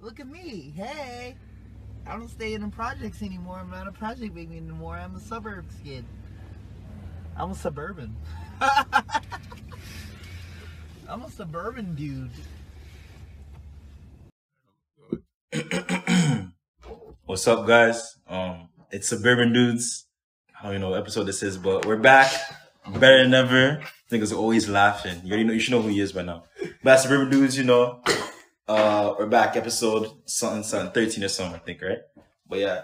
Look at me. Hey. I don't stay in the projects anymore. I'm not a project baby anymore. I'm a suburbs kid. I'm a suburban. I'm a suburban dude. What's up, guys? Um, it's Suburban Dudes. I don't even know what episode this is, but we're back. Better than ever. Niggas are always laughing. You already know you should know who he is by now. But Suburban Dudes, you know. Uh we're back, episode something something, 13 or something, I think, right? But yeah.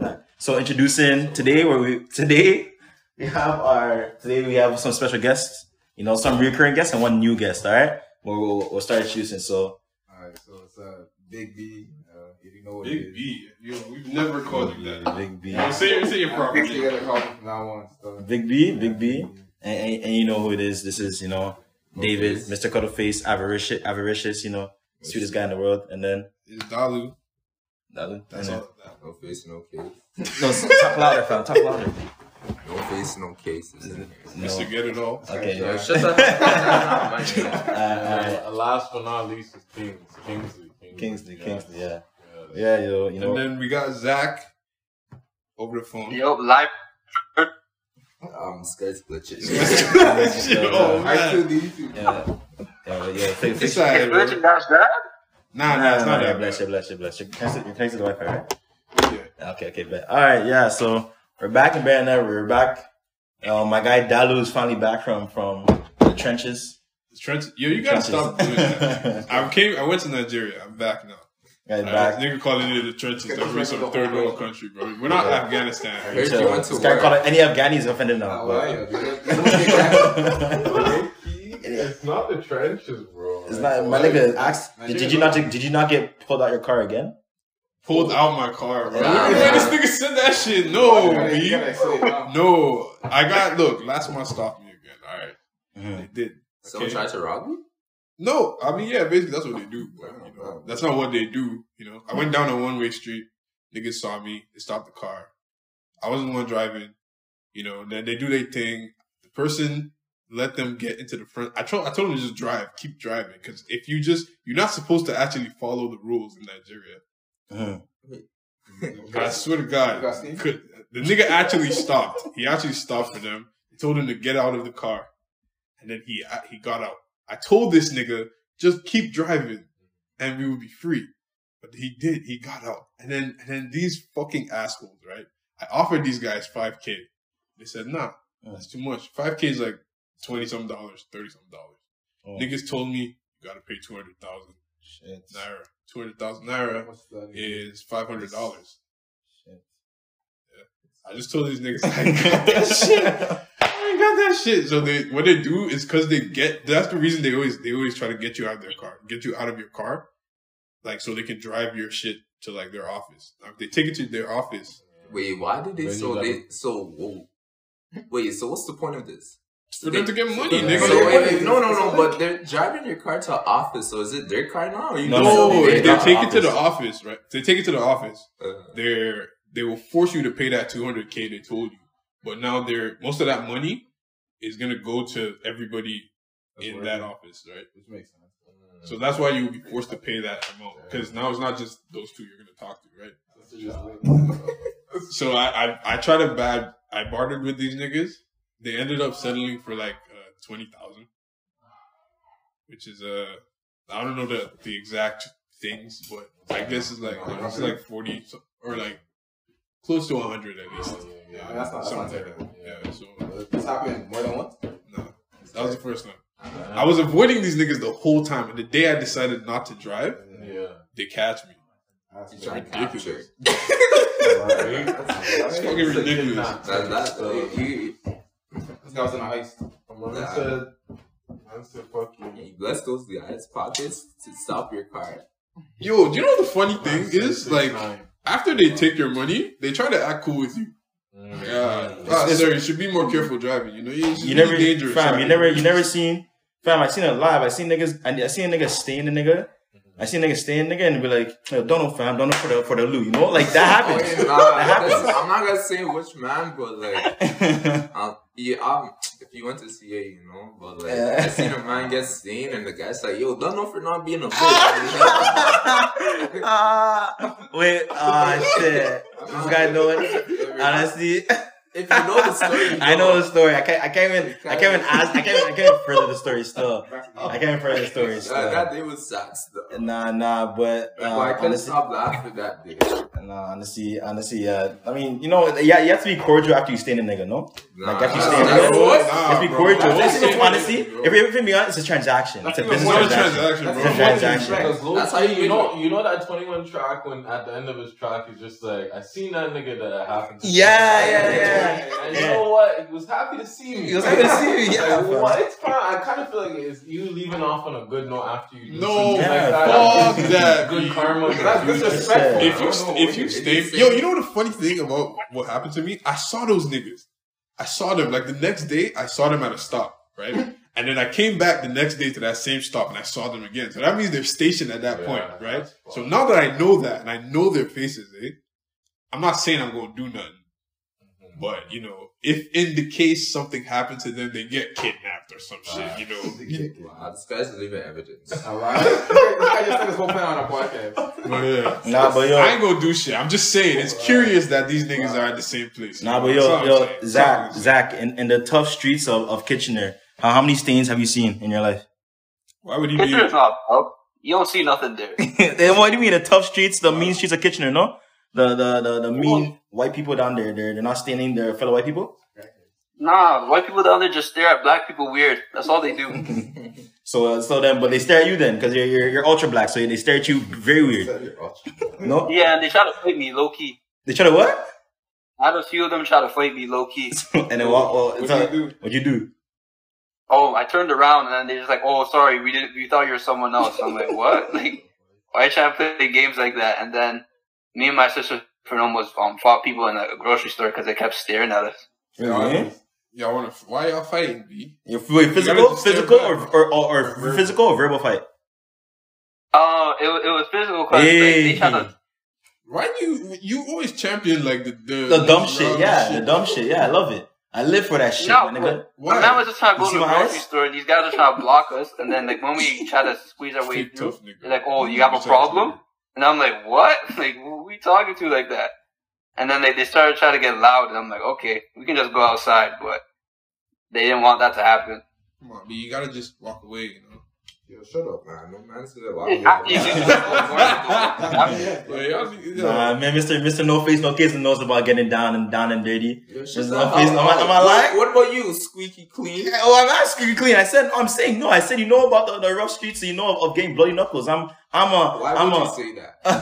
back. So introducing today where we today we have our today we have some special guests, you know, some recurring guests and one new guest, alright? Well we'll, we'll start introducing. So All right, so it's uh, Big B. Uh, if you know what it Big is. B. You, we've never called you that. Big B. No, say, your- say your I proper think you name. gotta call me from now on. So. Big B, Big B. and, and, and you know who it is. This is, you know, David, Mr. Cuttleface. Cuttleface, avaricious, avaricious, you know, sweetest guy in the world. And then, It's Dalu. and That's then- all. No face, no case. No, s- talk louder, fam. Talk louder. No face, no cases. in here. Mr. No. Get It All. Okay. Yo, shut up. Uh, Uh, last but not least is Kings. Kingsley. Kingsley, Kingsley, yeah. Yeah. Yeah, you know, you And know. then we got Zach over the phone. Yo, live. Um, skirts glitches. Yeah. Yo, I man. could these two. Yeah, yeah, but yeah. Fix, It's fix. all right, Hey, bro. Richard, that's that? Nah, nah, it's Nah, nah, not yeah, that bless you, bad. bless you, bless you. Connect to the Wi-Fi, right? Yeah. Okay, okay, bet. All right, yeah. So we're back in Bear Never. We're back. Um, my guy Dalu is finally back from from the trenches. Trench, yo, you gotta Trenches. stop doing that. I came, I went to Nigeria. I'm back now. Guy Uh, All back. right, nigga calling you the trenches. That we're some third world country, bro. We're not I Afghanistan. heard you went to This guy work. called it- any Afghani is offended now. How but- are you? Good. It's not the trenches, bro. It's not my nigga. Asked, My did, nigga- you not? Did you not get pulled out your car again? Pulled out my car, bro. Nah, Look at nah. the way this nigga said that shit. No, You B. gotta explain now. No, I got look. Last month stopped me again. All right, Mm-hmm. they did. Someone Okay. tried to rob you? No, I mean yeah, basically that's what they do. But, you know, that's not what they do. You know, I went down a one way street. Niggas saw me. They stopped the car. I wasn't the one driving. You know, then they do their thing. The person let them get into the front. I told I told them to just drive, keep driving, because if you just you're not supposed to actually follow the rules in Nigeria. Mhm. I swear to God, You got sneaked? could, the nigga actually stopped. He actually stopped for them. He told him to get out of the car, and then he he got out. I told this nigga just keep driving, and we would be free. But he did. He got out, and then and then these fucking assholes, right? I offered these guys five k. They said nah, that's too much. Five k is like twenty some dollars, thirty some dollars. Oh, Niggas told me you gotta pay two hundred thousand shit. naira. Two hundred thousand naira What's that? is five hundred dollars. Shit. I just told these niggas I ain't got that shit. I ain't got that shit. So they what they do is because they get that's the reason they always they always try to get you out of their car, get you out of your car, like so they can drive your shit to like their office. Now, if they take it to their office, Wait, why did they Then you so gotta- they so whoa? Wait, so what's the point of this? for them to get money, So nigga. gonna So get wait, money. no, no, no. But they're driving your car to an office. So is it their car now? Or you No, just- no, no, if they they're take not it to the office. office, Uh-huh. right? If they take it to the office, Uh, they're they will force you to pay that two hundred k they told you. But now they're most of that money is gonna go to everybody in that office, right? Which makes sense. So that's why you would be forced to pay that amount because now it's not just those two you're going to talk to, right? So I, I I tried to bad I bartered with these niggas. They ended up settling for like uh, twenty thousand, which is uh I don't know the the exact things, but I guess it's like it's like forty so- or like close to hundred at least. Yeah, that's not- that's something not like that. terrible. Yeah, so This happened more than once. no, that was the first time. I was avoiding these niggas the whole time, and the day I decided not to drive, Yeah. they catch me. you That's try to capture. ridiculous. That's fucking ridiculous. That, that, uh, you, This guy was in a heist. Man Nah. said, man said, fuck you. you bless those guys' pockets to stop your car. Yo, do you know what the funny Man thing said is? six Like, nine. after they take your money, they try to act cool with you. Yeah, ah, It's- sir, you should be more careful driving. You know, you Mm. You never, dangerous. fam. You driving. never, you never seen, fam. I seen it live. I seen niggas. I, I seen a nigga staying a nigga. I seen a nigga staying a nigga and be like, "Yo, don't know, fam. Don't know for the for the loot. You know, like that Oh, happens. yeah, nah, That that's- happens. I'm not gonna say which man, but like, um, yeah, um, if you went to CA, you know, but like, I seen a man get seen, and the guy's like, "Yo, done know for not being a bitch." Ah, wait, ah, shit. This guy know it. Honestly, If you know the story, you I know the story. I can't. I can't even. I can't even ask. I can't. I can't even further the story still. I can't even further the story Uh, that still. day was sad stuff. Nah, nah. But Well, I uh, couldn't honestly, stop laughing that day. nah, uh, honestly, honestly, yeah. I mean, you know, yeah, you have to be cordial after you stay in a nigga, no? Like, if you Nah, stay in nah, a nigga, nah, you what? have to be Ah, bro. cordial. Nah, It's, it's bro. honestly, if you're if you're being honest, it's a transaction. It's a It's business not a transaction. transaction, It's bro. a transaction. Right. That's how you, you know you know that twenty one track when at the end of his track he's just like I seen that nigga that I happened Yeah, to see." yeah, and yeah. you know what he was happy to see me He was happy to see me, yeah, Like, bro. what? it's kind of, I kind of feel like it's you leaving off on a good note after you do No, something yeah, that. fuck that, good dude. karma that's You just disrespectful said- If you st- if you stay, yo, you know what the funny thing about what happened to me? I saw those niggas. I saw them like the next day. I saw them at a stop, right? And then I came back the next day to that same stop and I saw them again. So that means they're stationed at that Yeah, point, right? that's So fucked. now that I know that and I know their faces, eh? I'm not saying I'm gonna do nothing, Mm-hmm. but you know, if in the case something happened to them, they get kidnapped or some shit, you know. Wow, this guy's leaving evidence. Alright. I just took this whole plan on a podcast. But, yeah. Nah, but yo, I ain't gonna do shit. I'm just saying. It's curious that these niggas are at the same place. Nah, but That's all yo, I'm yo, saying. That's all Zach, I'm saying. Zach, in, in the tough streets of, of Kitchener, how, how many stains have you seen in your life? Why would he be? Kitchener's not up. You don't see nothing there. Then what do you mean the tough streets, the mean streets of Kitchener? No, the the the, the mean white people down there, they're they're not staining their fellow white people. Nah, white people down there just stare at black people weird. That's all they do. So uh, so then, but they stare at you then because you're, you're you're ultra black, so they stare at you very weird. No, yeah, and they try to fight me low key. they try to what? I had a few of them try to fight me low key. and then what? Well, it's What'd a- you do? What'd you do? Oh, I turned around and then they just like, oh, sorry, we didn't, we thought you were someone else. I'm like, what? Like, why try to play games like that? And then me and my sister friend almost um, fought people in a grocery store because they kept staring at us. Really? Y'all want to? Why y'all fighting, B? You're wait, You physical, gotta stare physical, or back. or, or, or Or verbal. physical or verbal fight? Oh, it, wa- it was physical because like, they tried to Why do you? You always champion like the the, The dumb most shit, round yeah, the dumb shit, yeah. I love it. I live for that shit, No, my nigga. but- Why? My man was just trying to You go see to the my grocery eyes? store, and these guys are trying to block us. And then, like when we try to squeeze our way Big through, tough nigga. they're like, "Oh, you have a problem?" And I'm like, "What? Like, who we talking to like that?" And then they they started trying to get loud, and I'm like, "Okay, we can just go outside," but they didn't want that to happen. Come on, B. You gotta just walk away. You know. Yo, shut up, man. No man said that. Wow. Like, y'all, you know, Nah, man, Mister Mister No Face No Kids knows about getting down and down and dirty. Yo, shut There's up. no face. Am I, am I What, lying? what about you, squeaky clean? Yeah, Oh, I'm asking you clean. I said I'm saying no. I said you know about the, the rough streets. So you know of, of getting bloody knuckles. I'm I'm a Why I'm would you a say that? Why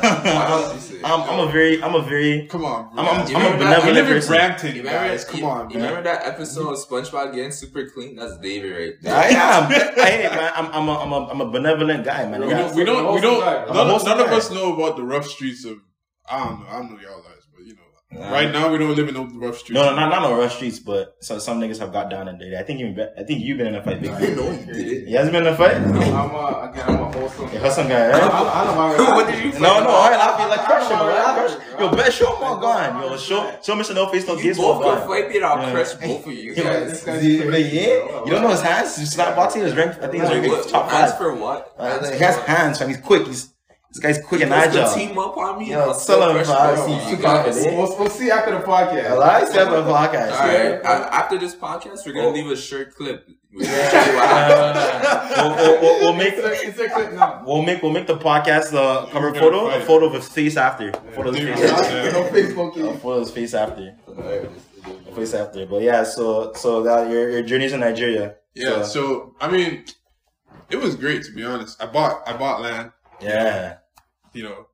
would I'm, you say that? I'm a very I'm a very come on. I'm- I'm- you I'm a live in- benevolent you live in person. Brampton, You remember, guys. Come you, on, you man. remember that episode of SpongeBob getting super clean? That's David right there. I am. Hey man, I'm I'm a, I'm a I'm a benevolent guy, man. We Yeah. don't. We don't. Most We don't of the time. none Most of, of the none of time. us know about the rough streets of. I don't know. I don't know y'all lives, but you know. Nah. Right now, we don't live in no rough streets. No, no, not not on rough streets, but so, some niggas have got down and dirty. I think you I think you've been in a fight, big. You know you did it. He hasn't been in a fight. I'm uh, a, again, I'm a wholesome. You hustle guy, I, right? I don't mind. what did you No, no, all right, I feel like I- I crushing, don't all right, know, crush. I don't know. Yo, bet show more gone. Yo, show show Mr. No Face No You Gives more both go gone. fight me and I'll Yeah. crush both of you Yo, guys. guy's the- crazy, yeah? bro. You don't know his hands? His slap boxing is ranked. I think he's Wait, ranked what- top hands five. for what? Uh, Hands he for has what? hands, fam. He's quick. He's this guy's quick and Guys could agile. team up on me. Yo, I'll still sell him crush for us. both of He- you he guys. confident. We'll, we'll see after the podcast. A lot of stuff on podcast. All right. Oh. uh, after this podcast, we're gonna leave a shirt clip. We're gonna show you what happened. We'll- we'll- we'll- We'll make It's a, it's a clip now. we'll make we'll make the podcast uh, cover photo a photo of his face after a photo of his face. after. Yeah. No Facebook. A is- photo of his face after. A face after. But yeah, so so that your your journey's in Nigeria. So- Yeah, so I mean, it was great to be honest. I bought I bought land, Yeah. you know.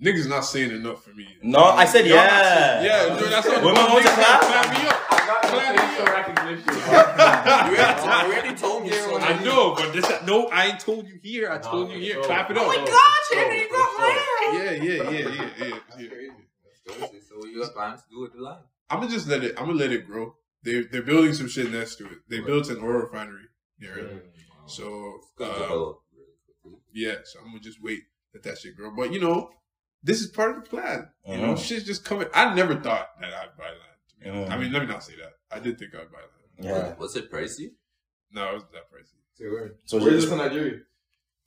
Niggas not saying enough for me. No, I said Y'all not yeah. saying- yeah. dude, that's what Women want to niggas clap? clap me up. I got no facial recognition. You already, told- you already told me so. I know, but this no, I ain't told you here. I told you here. Clap it Oh up. Oh, Henry, you got Yeah, yeah, yeah, yeah, yeah. yeah. So what you have plans to do with the line? I'm gonna just let it. I'm gonna let it grow. They they're building some shit next to it. They built an oil refinery near it. So uh, yeah, so I'm gonna just wait let that shit grow. But you know, this is part of the plan. You know, Mhm. shit's just coming. I never thought that I'd buy land. to be honest. Mhm. I mean, let me not say that. I did think I'd buy land. Yeah. Was it pricey? No, it wasn't that pricey. We're So just just in Nigeria.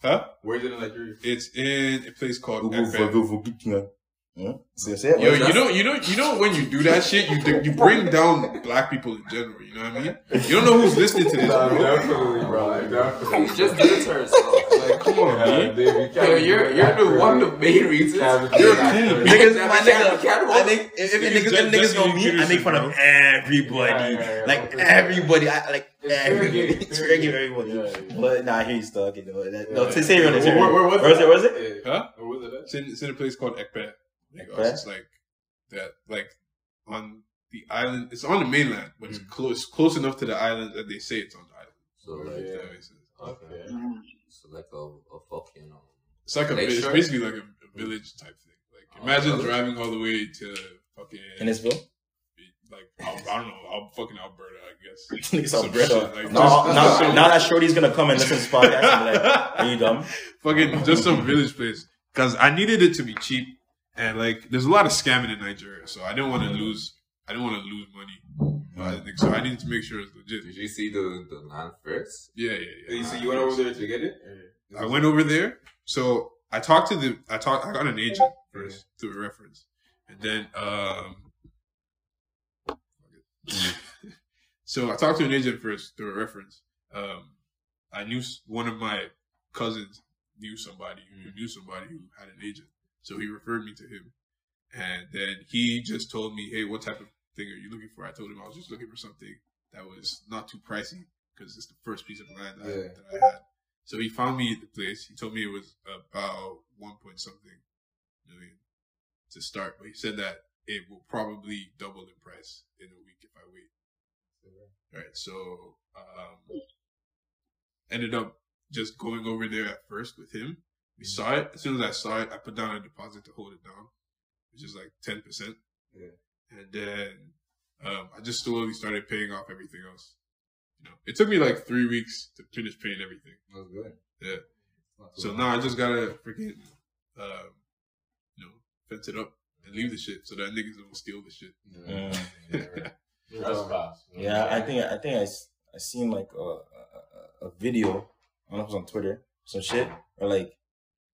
Huh? Where's it in Nigeria? It's in a place called Efe. Yo, Yo, you know, you know, you know when you do that shit, you you bring down black people in general. You know what I mean? You don't know who's listening to this, Nah, bro. definitely, bro. Definitely. He just did it to herself. Like, come on, Yeah, man. David, Yo, you're you're the one of the main reasons. Cabbage. You're Cabbage. cool. Niggas, Cabbage, my nigga, cabbage. I think if, if Niggas niggas, if just- niggas just know use me, I make fun of Peterson, everybody. Yeah, yeah, yeah. Like everybody, I like everybody. Interrogate, It's regular everybody. interrogate. Yeah, yeah. But nah, I hear you stuck. You know, that, no, Yeah. say say your name. say Where, your where, name. where was Where it? was it? Where was it? Yeah. Huh? Where was it? at? It's in, it's in a place called Ekpe. Like, Ekpe? us, it's like that, like on the island. It's on the mainland, but it's close, close enough to the island that they say it's on the island. Hmm. So like, If Yeah. that makes sense. Okay. so like a, a fucking um, It's like a, Lake vi- it's Shore? basically like a, a village type thing. Like, Oh, imagine really? driving all the way to fucking Innisville? like Al- I don't know, Al- fucking Alberta, I guess. Niggas Some all bred shit, up. like, Now just- now- just some- now that Shorty's gonna come and listen to this podcast and be like, are you dumb? fucking just some village place because I needed it to be cheap and like there's a lot of scamming in Nigeria, so I didn't want to lose. I didn't want to lose money. I think- So I needed to make sure it's Did legit. you see the the land first? Yeah, yeah, yeah. You, so you went over there to get it? I went over there. So I talked to the I talked I got an agent first through a reference. And then um so I talked to an agent first through a reference. Um I knew s- one of my cousins knew somebody who knew somebody who had an agent. So he referred me to him. And then he just told me, "Hey, what type of thing are you looking for?" I told him I was just looking for something that was not too pricey because it's the first piece of land I, Yeah. that I had. So he found me the place. He told me it was about one point something million to start, but he said that it will probably double in price in a week if I wait. Right. So um, ended up just going over there at first with him. We saw it. As soon as I saw it, I put down a deposit to hold it down, which is like ten percent. Yeah. And then um, I just slowly started paying off everything else. You know, it took me like three weeks to finish paying everything. That's good. Yeah. Not too So bad. now I just gotta freaking, um, you know, fence it up and leave the shit so that niggas don't steal the shit. Yeah. Mm. Yeah, right. That's fast. Yeah, I think I think I, s- I seen like a, a a- a video. I don't know if it was on Twitter, some shit or like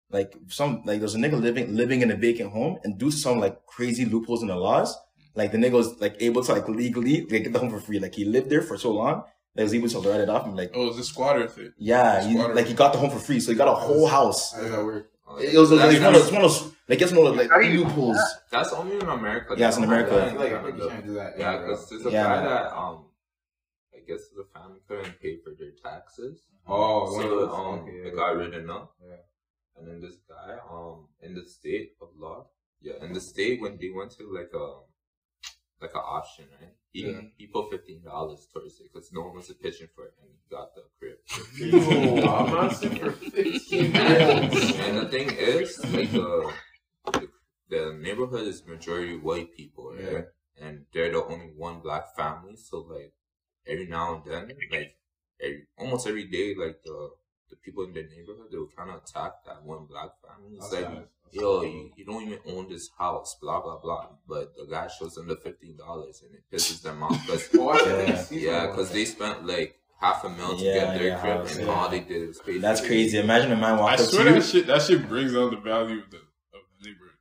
like some like there's a nigga living living in a vacant home, and due to some like crazy loopholes in the laws, like the nigga was like able to like legally like, get the home for free. Like he lived there for so long that he was able to write it off and like. Oh, it's a squatter thing. Yeah, he, Squatter. like he got the home for free, so he got a whole house. How's that work? Oh, It was like that's, it's one of those, one of those- like it's one of those, like loopholes. that's only in America. Yeah, it's in though. America. I feel like I think you can't do that. Yeah, bro. because there's a Yeah. guy that um, I guess the family couldn't pay for their taxes, Oh, one of so those. um, Okay, it yeah, got yeah. written up. Yeah. And then this guy um, in the state of law, yeah, in the state when they went to like a like an auction, right? He Yeah. he put fifteen dollars towards it because no one was pitching for it, and he got the crib. Yo, I'm asking for 15 minutes. and the thing is, like the, the the neighborhood is majority white people, right? And they're the only one black family, so like every now and then, like every, almost every day, like the the people in the neighborhood they will kind of attack that one black family. It's like, yo, you, you don't even own this house, blah blah blah. But the guy shows them the fifteen dollars, and it pisses them off because Oh, I think Yeah. I see yeah, someone. because they spent like half a mil to Yeah, get their yeah, crib, house, and yeah. all they did was pay. That's for it. crazy. Imagine a man I walk up to swear you. that shit that shit brings out the value of the of the neighborhood.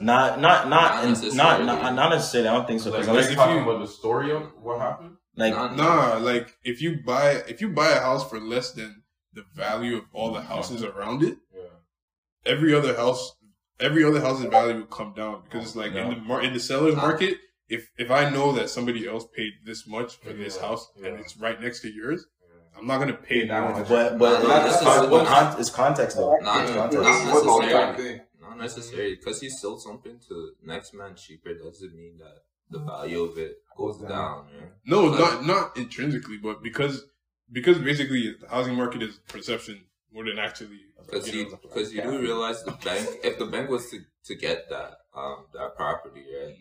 Not, not, not, Not and- not, necessarily. not, not necessarily. I don't think so. Like, Because are unless, you if talking you- about the story on what happened? like, Nah, Nah, like if you buy if you buy a house for less than the value of all the houses around it, Yeah. every other house every other house's value will come down because it's like in the mar- in the seller's Nah. market. If if I know that somebody else paid this much for this Yeah, house and yeah. it's right next to yours, I'm not gonna pay that much. but, but Nah, it's, this con- is what- con- it's context though. Nah, it's nah, context. nah. What's all that necessarily. thing? Not necessarily, because he sold something to next man cheaper doesn't mean that the value of it goes down. Yeah? No, Like- not not intrinsically, but because because basically the housing market is perception more than actually. Because you know. you, because you do realize the bank, if the bank was to, to get that um that property, right,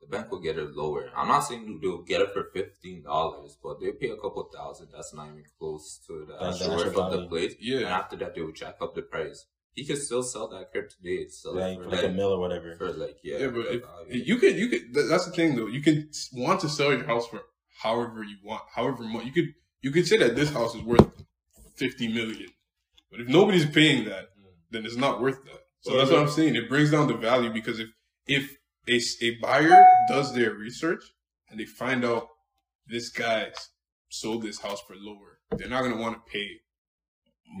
the bank will get it lower. I'm not saying they'll get it for fifteen dollars, but they pay a couple thousand. That's not even close to the That's actual the worth actual of the value. place. Yeah. And after that, they will jack up the price. He could still sell that crib today. Sell Like, it for like a like, mill or whatever. for like yeah. Yeah, but the if, value. you could, you could. th- That's the thing, though. You can s- want to sell your house for however you want, however much. You could, you could say that this house is worth fifty million, But if nobody's paying that, Mm. then it's not worth that. So that's what I'm saying. It brings down the value because if if a, s- a buyer does their research and they find out this guy's sold this house for lower, they're not gonna want to pay.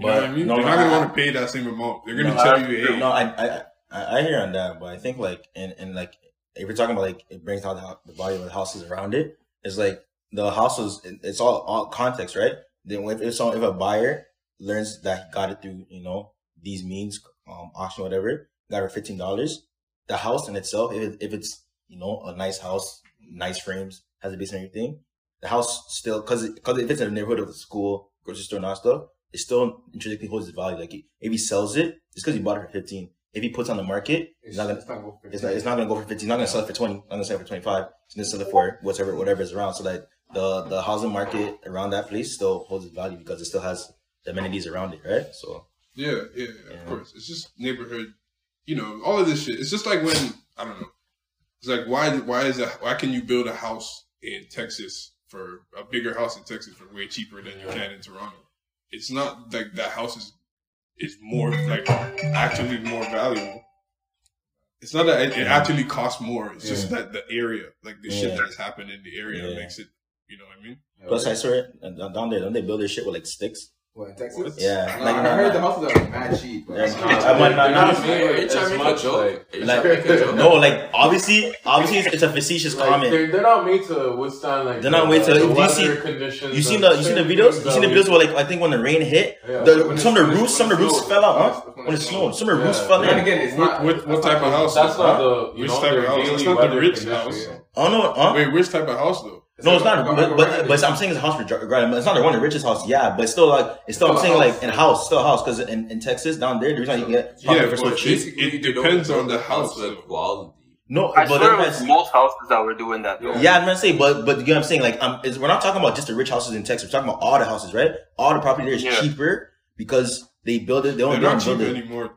You know what I mean? no, they're no, not gonna I- want to pay that same amount. They're gonna No, tell I- you, hey, No, I, I, I, I hear on that, but I think like, and, and like, if you're talking about like, it brings out the, hou- the value of the houses around it. It's like the houses. it- It's all all context, right? Then if if, some, if a buyer learns that he got it through, you know, these means, um, auction, whatever, got it for fifteen dollars. The house in itself, if, it, if it's you know a nice house, nice frames, has a basement, and everything. The house still, cause, it- cause if it's in the neighborhood of the school, grocery store, and all that stuff, it still intrinsically holds its value. Like if he sells it, it's because he bought it for fifteen. If he puts on the market, it's not gonna it's not, it's not gonna go for fifteen. It's not gonna sell it for twenty. Not gonna sell it for twenty five. It's gonna sell it for whatever whatever is around. So that the the housing market around that place still holds its value because it still has the amenities around it, right? So Yeah, yeah, yeah, Yeah. of course. It's just neighborhood, you know, all of this shit. It's just like when I don't know. It's like why why is that why can you build a house in Texas for a bigger house in Texas for way cheaper than you can in Toronto? It's not like that house is is more like actually more valuable. It's not that it, it actually costs more. It's just that the area, like the shit Yeah. that has happened in the area, Yeah. makes it. You know what I mean? plus I saw it and down there. Don't they build their shit with like sticks? What, in Texas? What? Yeah, No, like, I no, no. heard the houses are mad cheap. bro. Yeah. It's I not- might not- They're not not- made Are you as trying to make a much, joke? like- Are you like- trying to make a joke? no, like obviously, obviously it's, it's a facetious Like, comment. They're, they're not made to withstand like They're not made to- the you weather see- conditions. You seen of the you seen the certain videos? things You seen the that videos where like I think when the rain hit, we- Yeah. the, when some of it- the when roofs it some of the roofs snowed. fell out, huh? When it When it snowed. snowed, some of the roofs Yeah. fell Then in. again, it's not. What, what, what type of house? That's not Huh? the you Which know type of their house? daily That's not the weather rich conditions. house. Oh no, huh? Wait, which type of house though? No, it's not. Like a But, but, regular- but I'm saying it's a house. For, right, it's not one of the richest house. Yeah, but still, like, it's still. I'm Still a saying house. like in house, still a house, because in, in Texas down there, the reason why you get Yeah, property for but so it's- cheap. Basically, it you don't depends on build the a house house, with though. quality. No, I but swear it that's- was most houses that were doing that though. yeah, I'm gonna say, but but you know what I'm saying, like, um, is we're not talking about just the rich houses in Texas. We're talking about all the houses, right? All the property there is Yeah. cheaper because they build it. They They're don't, they not don't cheap build it. anymore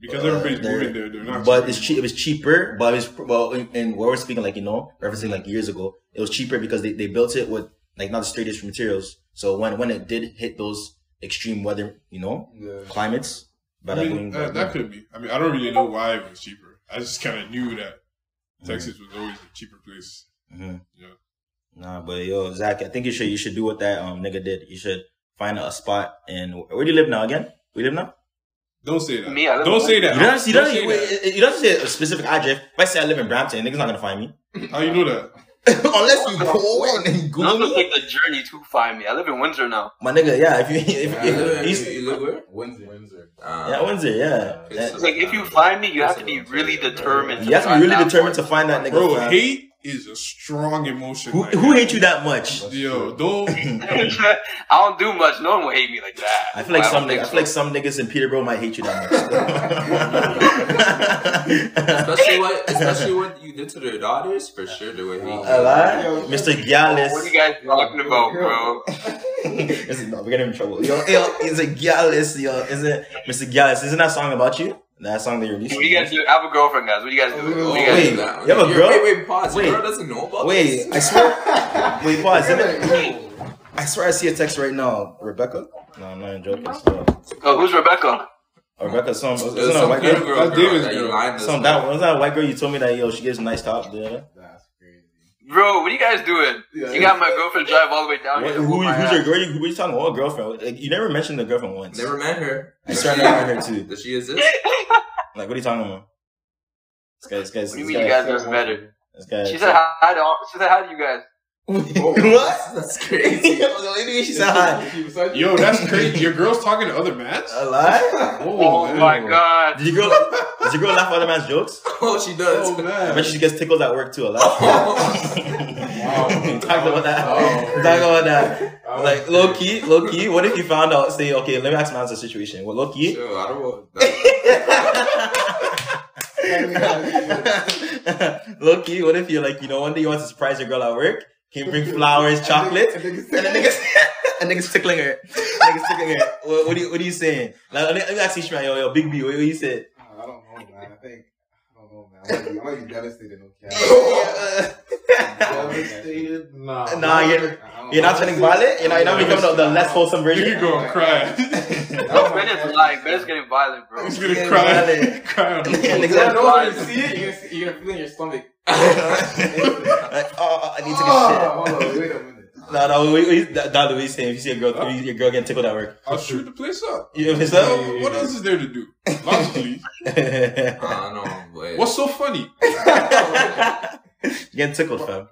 because Uh, everybody's they're- moving there. They're not. but it's cheap. It was cheaper, but it's well. And, and what we're speaking, like you know, referencing like years ago, it was cheaper because they, they built it with like not the straightest materials. So when when it did hit those extreme weather, you know, Yeah. climates, but I mean, uh, that could be. I mean, I don't really know why it was cheaper. I just kind of knew that Mm. Texas was always a cheaper place. Yeah. Mm-hmm. Nah, but yo, Zach, I think you should you should do what that um nigga did. You should find a spot and where do you live now again? We live now. Don't say that. Me, I live don't in- say that. You don't, you, Don't don't, say you, you, you don't say a specific address. If I say I live in Brampton, niggas not gonna find me Oh, that. How you know that? unless you go and then None of Google them me. take the journey to find me. I live in Windsor now. My nigga, yeah. If you if, You if, live, East- in- you live where? Wednesday. Windsor. Uh, yeah, Windsor, yeah. it's yeah. a- It's like if you find me, you have to be really determined. You have to be find really that determined to part. find that nigga. Bro, fam. hate is a strong emotion. who, like who that. hates you that much? Yo, don't. I don't do much. No one will hate me like that. I feel like don't some think niggas, I so. feel like some niggas in Peterborough might hate you that much. Especially what, especially what you did to their daughters, for sure they would hate you. A lie? Mr. What are you Gyalis. guys talking about, bro? This is- no, we're getting in trouble. Yo, yo, is it Gyalis? Yo, is it Mr. Gyalis? Isn't that song about you? That song they released. What do you guys do? I have a girlfriend, guys. What do you guys do? What do you guys Wait, do? you have a You're- girl? Wait, wait, pause. Wait. Your girl doesn't know about Wait, this? I swear. Wait, pause. Isn't it? I swear I see a text right now. Rebecca? No, I'm not even joking. It's, uh, oh, Oh, who's Rebecca? Rebecca, some, isn't There's it a some white kind girl? of girl, That's girl, David's that you girl. lined this Some girl. that was that white girl you told me that yo she gives nice top yeah. That's crazy. Bro, what are you guys doing? Yeah. You got my girlfriend drive all the way down What, here. who, to who's whoop Oh, my ass. your girl? You, who you talking about? What girlfriend? Like, you never mentioned the girlfriend once. Never met her. I swear I never met her too. Does she exist? Like, what are you talking about? This guy, this guy, this What do you guy, mean you guys never met her? this guy. She said hi to all, she said hi to you guys. what? Oh, That's Yo, crazy. the lady she said hi. She beside you? Yo, that's crazy. Your girl's talking to other mans. A lie? Oh, man. my god. Did your girl? Does your girl laugh at other man's jokes? Oh, she does. Oh I man. bet she gets tickled at work too. A lot. Talking about that. Oh. Talking about that. Oh. Like low key, low key. What if you found out? Say, okay, let me ask man's the situation. Well, low key. Yo, I don't want that. Low key, what if you're like, you know, one day you want to surprise your girl at work? Can you bring flowers, chocolate? And niggas- And the niggas, and niggas tickling her. Niggas tickling her. What, what, are you, what are Oh, you saying? Like, let me let me ask you, yo, yo, Big B, what, what you say? I don't know, man. I think I don't know, man. I'm gonna be, I'm gonna be devastated. No Devastated? Nah. Nah, you're, you're not turning violet. You're not, you're not becoming the, the less wholesome Nigga version. gonna cry. No, Ben is lying. Ben is getting violent, bro. He's gonna Yeah, cry. valid. cry on the Yeah, floor. nigga. Yeah, no one can see it. You're gonna, see- you're gonna feel it in your stomach. Like, oh, I need to get Oh, hold on, wait a minute. shit. No, no, we, we, that, that's what we saying. If you see a girl, you- your girl getting tickled at work. I'll shoot the place up. You know what I'm So, saying? what else is there to do? Logically, I don't know. But what's so funny? You getting tickled, fam.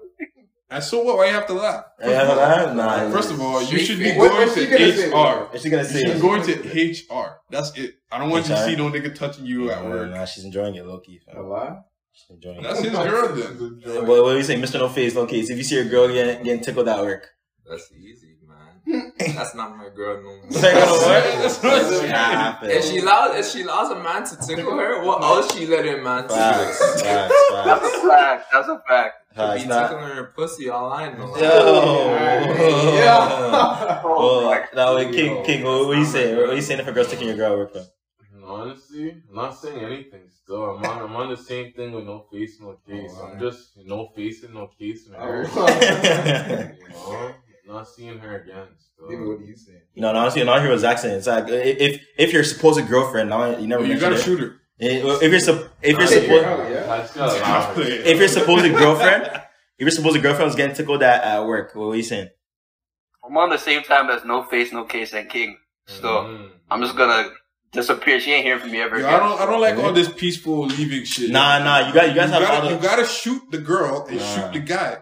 And so what? Why you have to laugh? Yeah, nah. First of all, you Straight should be face. What- going what's she gonna say? to HR. What's she gonna You say? should be going to HR. That's it. I don't want you to HR? see no nigga touching you at Nah, work. Nah, she's enjoying it, Loki. A lie? She's enjoying That's it. his girl then. What, what do you say, Mr. No Face, Loki? If you see your girl getting, getting tickled at work, That's easy, man. That's not my girl no more. Say no more? That's what I'm saying. Nah, fam. If she allows, if she allows a man to tickle her, what else she let a man Facts, tickle? facts, That's facts. a fact. That's a fact. Could Facts, be nah. tickling her pussy all I know. Yo. Yeah. Oh, Oh, my no, wait, King, Yo, King, what, what are you that's saying? not my What are you saying if a girl's taking your girl at work, fam? Honestly, I'm not saying anything still. I'm on, I'm on the same thing with no face, no case. Oh, I'm just no facing, no case in her. You know? Not seeing her again David, still. what do you say? No, no, honestly, not here was accent. It's like i- if if your supposed girlfriend, now you never You mentioned gotta it. shoot her. Eh, well, If you're sup- if you're Nah, supposed out, yeah? I just gotta allow her. if your supposed girlfriend, if your supposed girlfriend was getting tickled at, at work, what were you saying? I'm on the same time as No Face, No Case, and King. So Mm. I'm just gonna disappear. She ain't hearing from me ever Yo, again. I don't. I don't like all this peaceful leaving shit. Nah, nah, you got you guys you have gotta, all you the gotta shoot the girl and Nah. shoot the guy.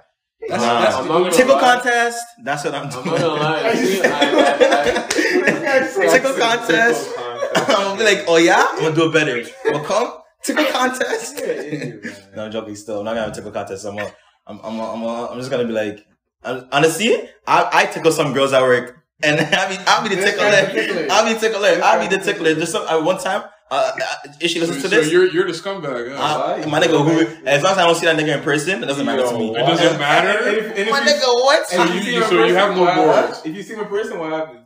That's, Nah. that's I'm the not only gonna tickle lie. contest. That's what I'm I'm doing. not gonna lie. I see- I- I- I- tickle contest. I'm gonna be like, oh yeah, I'm gonna do it better. Well, come tickle contest. You're an idiot, man. No, I'm joking. Still, I'm not gonna have a tickle contest. I'm, a, I'm, I'm, a, I'm, a, I'm just gonna be like, hon- honestly, I, I tickle some girls at work, and I mean, I'll be the This guy's a tickler. tickler. I'll be tickler. This I'll be the guy's a tickler. There's some at one time. Uh, uh, if she listens So, to this, you're you're the scumbag. huh? uh, lying. my nigga, who, as long as I don't see that nigga in person, it doesn't matter to me. it doesn't matter. And if- and if My you- nigga, what? and if So you- see you- him in so you person, have no what happens? morals. If you see him in person, what happens?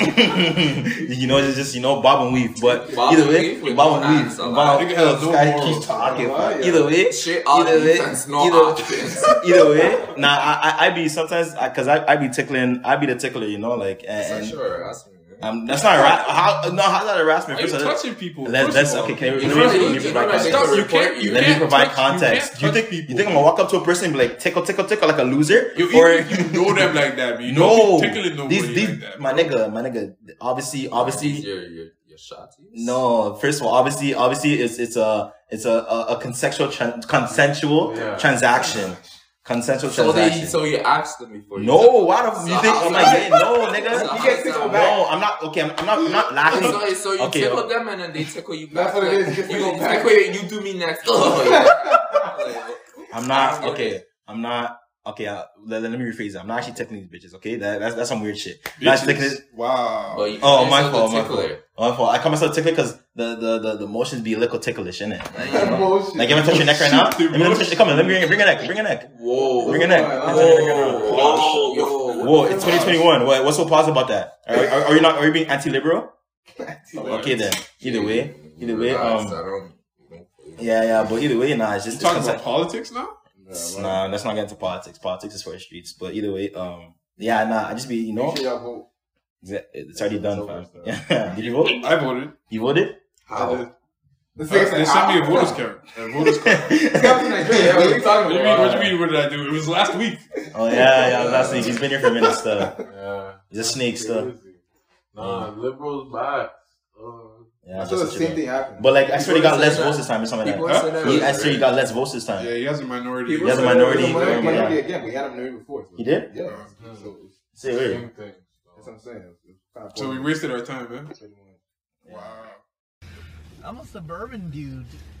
you know, it's just you know, bob and weave. But Bob either and way, weave with bob no and weave. hands allowed. Bob Nigga has this no guy morals. keeps talking. Why, fuck. yeah. Either way, Shit, all Either way, defense, no either- offense. Either way, eh? nah, I, I, I be sometimes because I, I, be tickling, I be the tickler, you know, like and, and Sure, that's me. um, that's not harass. How no, how's that harassment? Are you First, of all, touching people? let's First let's of all, okay. Can we, You let know, me, you- let me you provide know, like, context. stop- you can't. You Let me can't provide touch- context. You, You, can't think touch people. you think I'm gonna walk up to a person and be like tickle, tickle, tickle like a loser, You, or even if you know them like that, but you no? don't be tickling nobody These these like that. my nigga, my nigga. Obviously, obviously, your your your shotties. No, first of all, obviously, obviously, it's it's a it's a a, a consensual tran consensual Yeah. transaction, consensual So they, transaction. so you asked them before. you no, took why them. the you So think? I- I'm like, yeah, no, So nigga. You get I- tickled back. No, I'm not okay. I'm, I'm not. I'm not laughing. So, so you Okay, tickle yo. them and then they tickle you back. That's what it Like, is. You You, go back. tickle you, you do me next. Like, I'm not okay. I'm not okay. I, let, let me rephrase it. I'm not actually tickling these bitches. Okay, that, that's that's some weird shit. I'm not actually tickling. Bitches. Wow. but you- Oh, you're my still the fault, my tickler. fault. Oh, I call myself tickling because the, the the the motions be a little ticklish, innit? Like, you know? Bullshit. like if I touch your neck right now, let me touch, come on, let me bring, bring a neck, bring a neck. Whoa. Bring it in. Whoa. Whoa. Whoa. Whoa, it's 2021. What, what's so positive about that? Are, are, are you not? Are you being anti-liberal? Okay then. Either way, either way. Relax, I Um. don't- Yeah, yeah. But either way, nah. It's You just talking it's about politics now? consen- nah. Let's not get into politics. Politics is for the streets. But either way, um. Yeah, nah. I just be you know. Make sure y'all vote. exa- It's already done. fam. It's over, Yeah. Did you vote? I voted. You voted? I did. This nigga said, They sent me a "Ah, voter's card. A voter's card. Scouts in Nigeria, what are you What do talking you mean? about? What do you mean? What did I do? It was last week. Oh yeah, yeah. Last week he's been here for a minute. Stuff. Yeah. He's a snake stuff. Crazy. Nah, liberals back. Uh, Yeah. I feel That's the what you same mean. thing happened. But like, I swear he got People less say votes that. this time or something like People that. Huh? say that. He, I swear he got less votes this time. Yeah, he has a minority. People He has a said minority. he was a Yeah. minority again, but he had a minority before. so- He did? Yeah. Uh, Mm. So it's- Say weird. same thing. that's what I'm saying. It's- it's kind of So we boring. wasted our time, man. Wow. I'm a suburban dude.